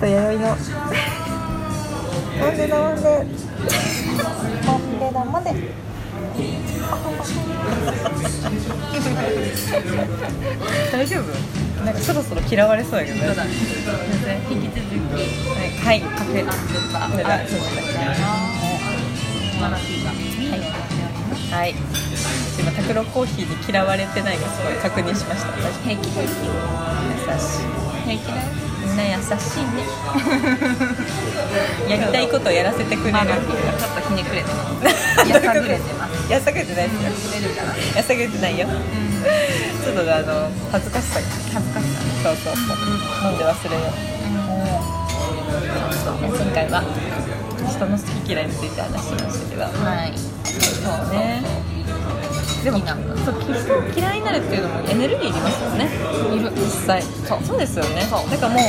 と弥生のなんでなんで。なんでなんで。大丈夫なんかそろそろ嫌われそうやけどねそうだね引き続きはいカフェあちょっとあそれではそうだマナティーがはいはい今拓郎コーヒーに嫌われてないかすごい確認しました優平気ですしい平気だよみんな優しいね やりたいことをやらせてくれるマナティーがちょっとひねくれてます やさぐれてますやさぐれてないです出るかなよやさぐれてないよちょっとあの恥ずかしさ恥ずかしさそうそうそう飲んで忘れよう今回は人の好き嫌いについて話しましたけどはいそうねでもなんかそうき嫌いになるっていうのもエネルギーいりますよねいる実際そうですよねそうだからもう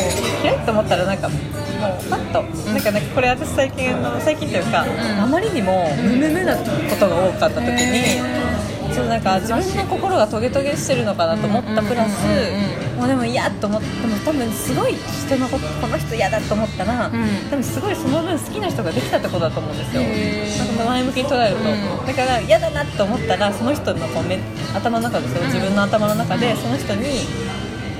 嫌いと思ったらなんかもうパッと、なんかなんかこれ私最近の最近というか、んあまりにもムムムなことが多かった時に、ちょっとなんか自分の心がトゲトゲしてるのかなと思ったプラス、うもうでも嫌と思ってでも多分すごい人のことこの人嫌だと思ったら、ん多分すごいその分好きな人ができたってことだと思うんですよへーなんか前向きに捉えると、うんだから嫌だなと思ったらその人のこうめ頭の中ですよ、自分の頭の中でその人に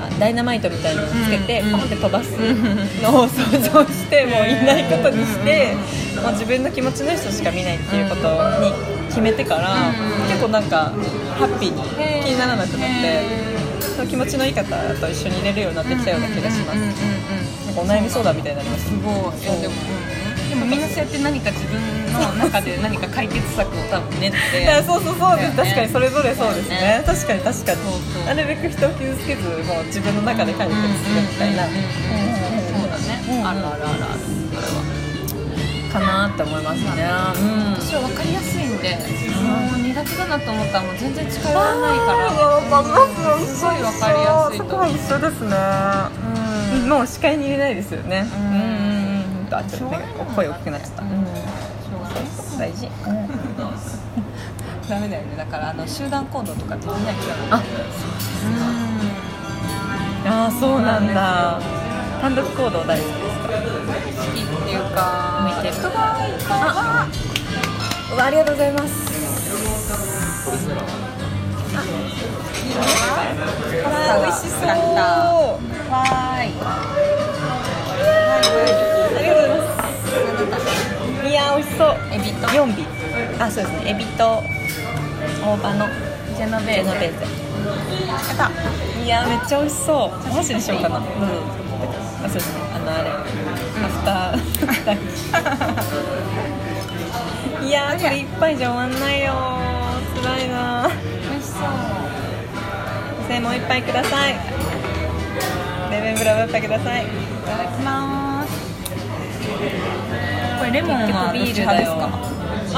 あダイナマイトみたいなのをつけて、うんポンって飛ばすのを想像して、もういないことにして、もう自分の気持ちの人しか見ないっていうことに決めてから、うん結構なんかハッピーに気にならなくなって。その気持ちのいい方と一緒にいれるようになってきたような気がします。なんかお悩み相談みたいになりますすごいいやでもうんでもみんなそうやって何か自分の中で何か解決策を多分練 っていやそうそうそうです、だよね確かにそれぞれそうですね確かに確かそうにそうなるべく人を傷つけずもう自分の中で解決するみたいなうんうんうんうんそうだねうんあるあるあるあるそれはかなって思いますね私は分かりやすいんでもう苦手だなと思ったらもう全然近寄らないからすごい分かりやすいと思う一緒ですねもう視界に入れないですよねうんうんうんうんとあちょっとね声大きくなっちゃった、うんしょうがない大事ダメだよねだからあの集団行動とかできないからあああそうなんだ単独行動大事ですか好きっていうか向いてる人がいっぱいはありがとうございますあ美味しそうあわーいりがとうございますいやー美味しそうエビと四尾あそうですねエビと大葉のジェノベベーノゼベーゼいやーめっちゃ美味しそうお箸にしようかなうんあそうですねあのあれアフターラン チいやーこれ一杯じゃ終わんないよー辛いなー美味しそう先生もう一杯くださいレベンブラブッパくださいいただきますこれレモンはどっち結局ビール派だですよか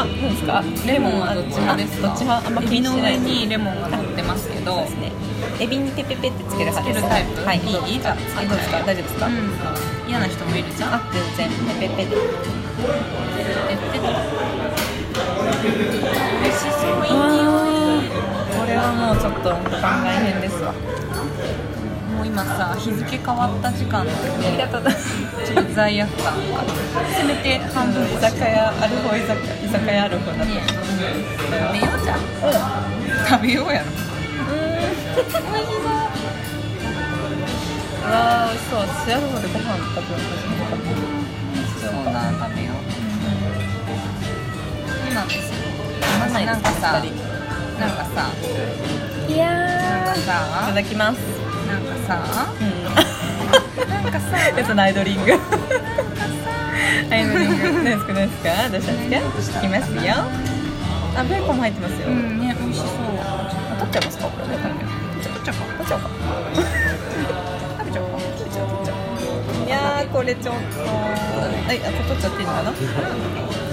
あ、どうですかレモンはどっち派ですかあどっち派あんまエ気ビにしのてな上いにレモンが乗ってますけどそうですね。エビにテペペってつける派つけです。るタイプはい。いいいいじゃんつけちゃあえどうですか。大丈夫ですか。うん嫌な人もいるじゃんあ、全然ペペペで。でで美味しそういいこれはもうちょっと番外編ですわ。もう今さ日付変わった時間なんでありがとうございます。ちょっと罪悪感がせめて半分居酒屋アルホ居酒屋居酒屋アルホだっねて。食べようじゃん食べようやろ美味しそうわあ、そう。シアルホでご飯食べようとしてたそうな食べようそうなんですよ飲まないでなんすかさ二人なんかさいやなんかー。いたさだきます。なんかさうん。なんかさ えっとアイドリング。アイドリング。何ですか何ですか。どうしたんですか。聞きますよ。あ、ベーコンも入ってますよ。うんね美味しそう取っちゃいますかこれねちょっとちょっ取っちゃおうか 食べちゃおうか取っちゃおう取っちゃおういやーこれちょっとはいあこれ取っちゃっていいのかなど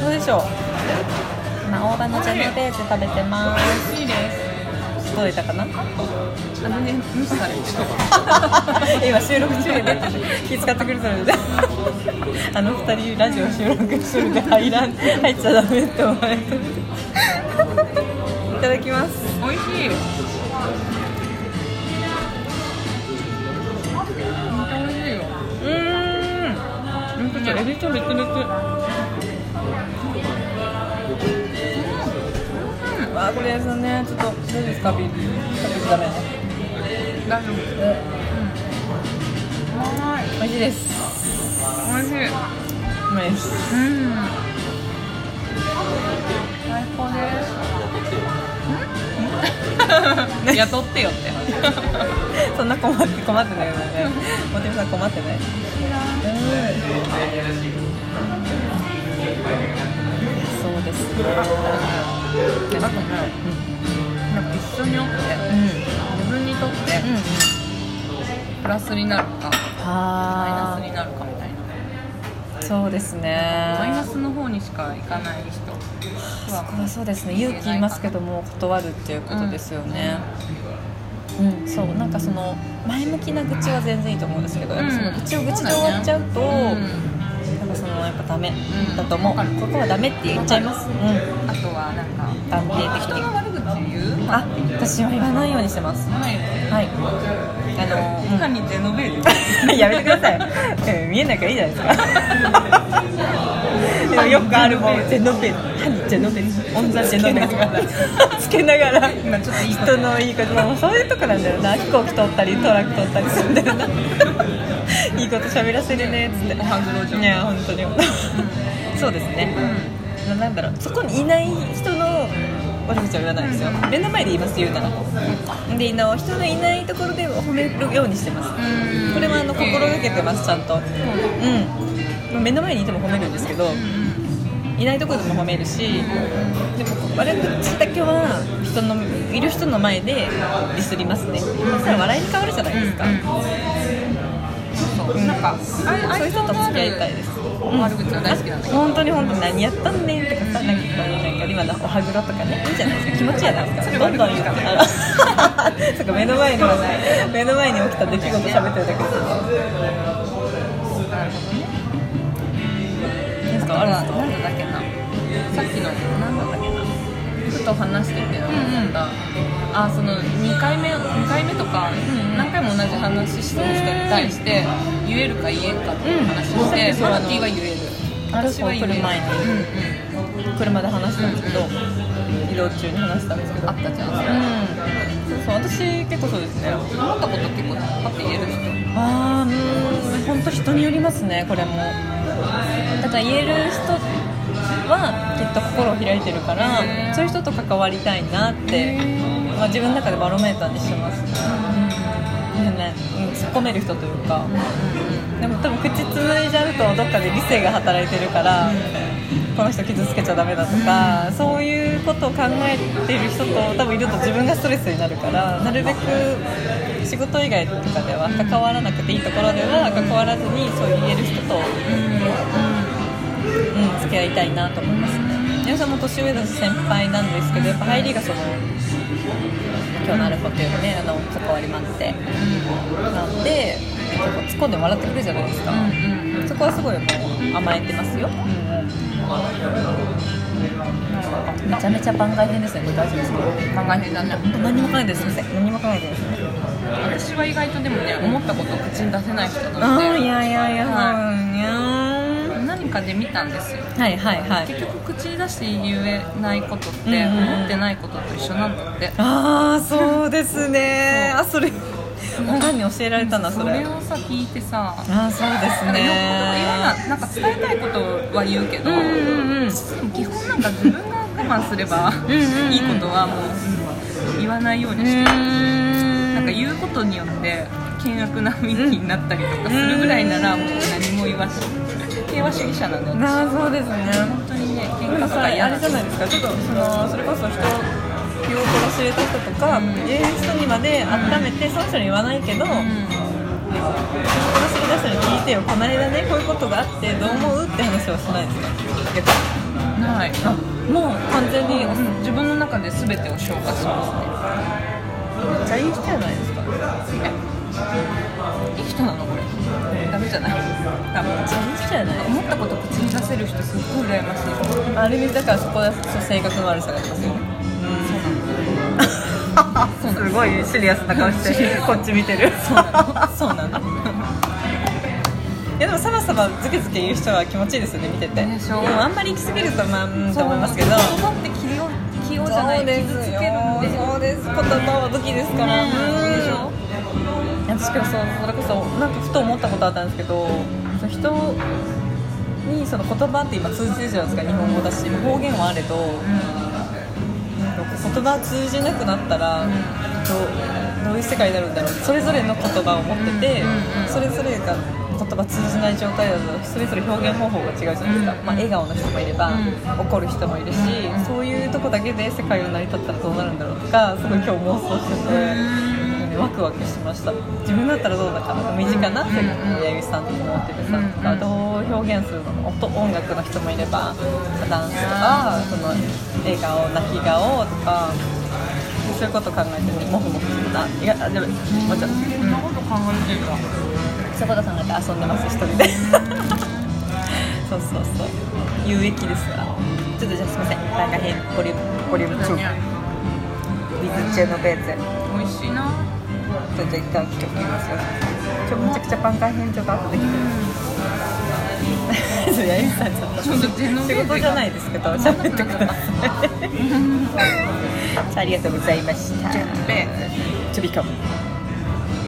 うでしょう今大葉のジェノベーゼ食べてま美味しいですすどう出たかなあのね無視されてる 今収録中で気遣ってくれたので あの二人ラジオ収録中で入らん入っちゃダメって思われてるいただきます美味しい本当美味しいようーんエビと別々わあこれですねちょっとどうですかビール食べちゃダメね大丈夫は美味しいですーい美味しいうまいですうん最高ですん雇ってよって そんな困って困ってないよね モテミさん困ってないうんそうですねなんかね、なんか一緒におってうん自分にとってうんプラスになるかマイナはスになるかみたいなあそうですねマイナスの方にしか行かない人そこはそうですね勇気いますけども断るっていうことですよね、うんそうなんかその前向きな愚痴は全然いいと思うんですけど、やっぱその愚痴を愚痴で終わっちゃうと、うんなんかそのやっぱダメんだと思わう、かるここはダメって言っちゃいます、うん、あとはなんか断定的人のに悪口言うあ私は言わないようにしてますないよねはいあのうんいかにジェノベール やめてください、うん見えないからいいじゃない ですかでもよくあるもんジェノベル歯にジェノベルオンザジェノベルつけながら今ちょっといいこと人のいいこと、まあ、そういうとこなんだよな飛行機取ったりトラック取ったりするんだ よないいこと喋らせるねっつっておはぐろじゃんいや本当に そうですね、ななんだろうそこにいない人の悪口は言わないですよ目の前で言います言うならでの人のいないところで褒めるようにしてますうんこれはあの心がけてますちゃんとうん目の前にいても褒めるんですけどいないところでも褒めるしでも悪口だけは人のいる人の前でディスりますねそしたら笑いに変わるじゃないですか、そうそうなんかああそういう人と付き合いたいですうん悪口は大好きなんだけど本当に本当に何やったんねんとかさ、なんかこうなんか今のおはぐろとかね、いいじゃないですか、気持ちいいじゃないですか、どんどん言うからそっか、目の 前にはない、目の前に起きた出来事喋ってるだけです。ですか、あるなんんですだっけなさっきのなんだったっけなふと話してて思った、あその2回目二回目とか、うんうん何回も同じ話してる人に対して言えるか言えんかっていう話をしうんさて、っきそマうあナのティーは言える私は来る前にうんうん、か、車で話したんですけど、移動中に話したんですけど、あったじゃんそれうん、そうそう、私結構そうですね。思ったこと結構パッて言える人あーうーん本当人によりますねこれもただ言える人はきっと心を開いてるからうんそういう人と関わりたいなって、まあ、自分の中でバロメーターにしてますねでね、うん、突っ込める人というかでも多分口つむいじゃうとどっかで理性が働いてるからこの人傷つけちゃダメだとかそういうことを考えてる人と多分いると自分がストレスになるからなるべく仕事以外とかでは関わらなくていいところでは関わらずにそう言える人と、うん、付き合いたいなと思いますね皆さんも年上だし先輩なんですけどやっぱ入りがその今日のアルファというかねあの関わりもあってなんで結構突っ込んでもらってくるじゃないですか、そこはすごいもう甘えてますよ、めちゃめちゃ番外編ですねこれ大丈夫ですか考えてたね何も考えてないですすいません何も考えてないですね私は意外とでもね思ったことを口に出せない人なあのあでいやいやいやははいや何かで見たんですよはいはいはい結局口に出して言えないことって、うんうん思ってないことと一緒なんだってああそうですねあそれん他に教えられたなそれをさ聞いてさああそうですなんかよっぽどいろんねななんか伝えたいことは言うけど、うんうんうん基本なんか自分が我慢すればんうんうんいいことはもう言わないようにしてる、なんか言うことによって険悪な雰囲気になったりとかするぐらいならもう何も言わし平和主義者なんだよなあそうですね本当にね喧嘩とかなんかさ嫌あだれじゃないですかちょっとそのそれこそ人を気を殺しれた人とか、うん言える人にまで温めてその人に言わないけど、う人をん殺しれた人に聞いてよこの間ねこういうことがあってどう思うって話はしないですか逆にないあもう完全に、うん自分の中で全てを消化しまめっちゃいい人じゃないですかめっすねえいい人なのこれダメじゃない多分ちゃいい人じゃない思ったこと口に出せる人すっごい羨ましいそうある意味だからそこはそう性格の悪さがありますよねすごいシリアスな顔してこっち見てるそうなのそうなのいやでもサバサバズケズケ言う人は気持ちいいですよね見ててでしょもあんまり行き過ぎるとまあうんと思いますけど言葉って器用器用じゃない傷つけるんでそうです言葉は武器ですかねら、でしょいや確かにそうそれこそなんかふと思ったことあったんですけどその人にその言葉って今通じるじゃないですか日本語だし方言はあれど、言葉通じなくなったら、んどうどういう世界になるんだろうそれぞれの言葉を持ってて、うんうんうんそれぞれが言葉通じない状態だとそれぞれ表現方法が違うじゃないですうか、んまあ、笑顔の人もいれば、うん怒る人もいるし、うんそういうとこだけで世界が成り立ったらどうなるんだろうとかすごい今日妄想してて。ワクワクしました自分だったらどうだかな身近うんな世界の弥生さんと思っててさ、うんまあどう表現するの音音楽の人もいればダンスとかその笑顔泣き顔とかそういうこと考えててもふもふしてたいやあでももうちと考ょっと、うん、えてるか迫田さんが遊んでます一人 でそうそうそう有益ですからちょっとじゃあすいませんなんか変ボリュームボリューム2水中のベーゼ美味しいなちょっと一旦切っておきますよちょめちゃくちゃパンカン編とか後で来てやゆみさんちょっとちょっと手の仕事じゃないですけど喋ってくださいじゃあありがとうございましたジェッペちょびかもう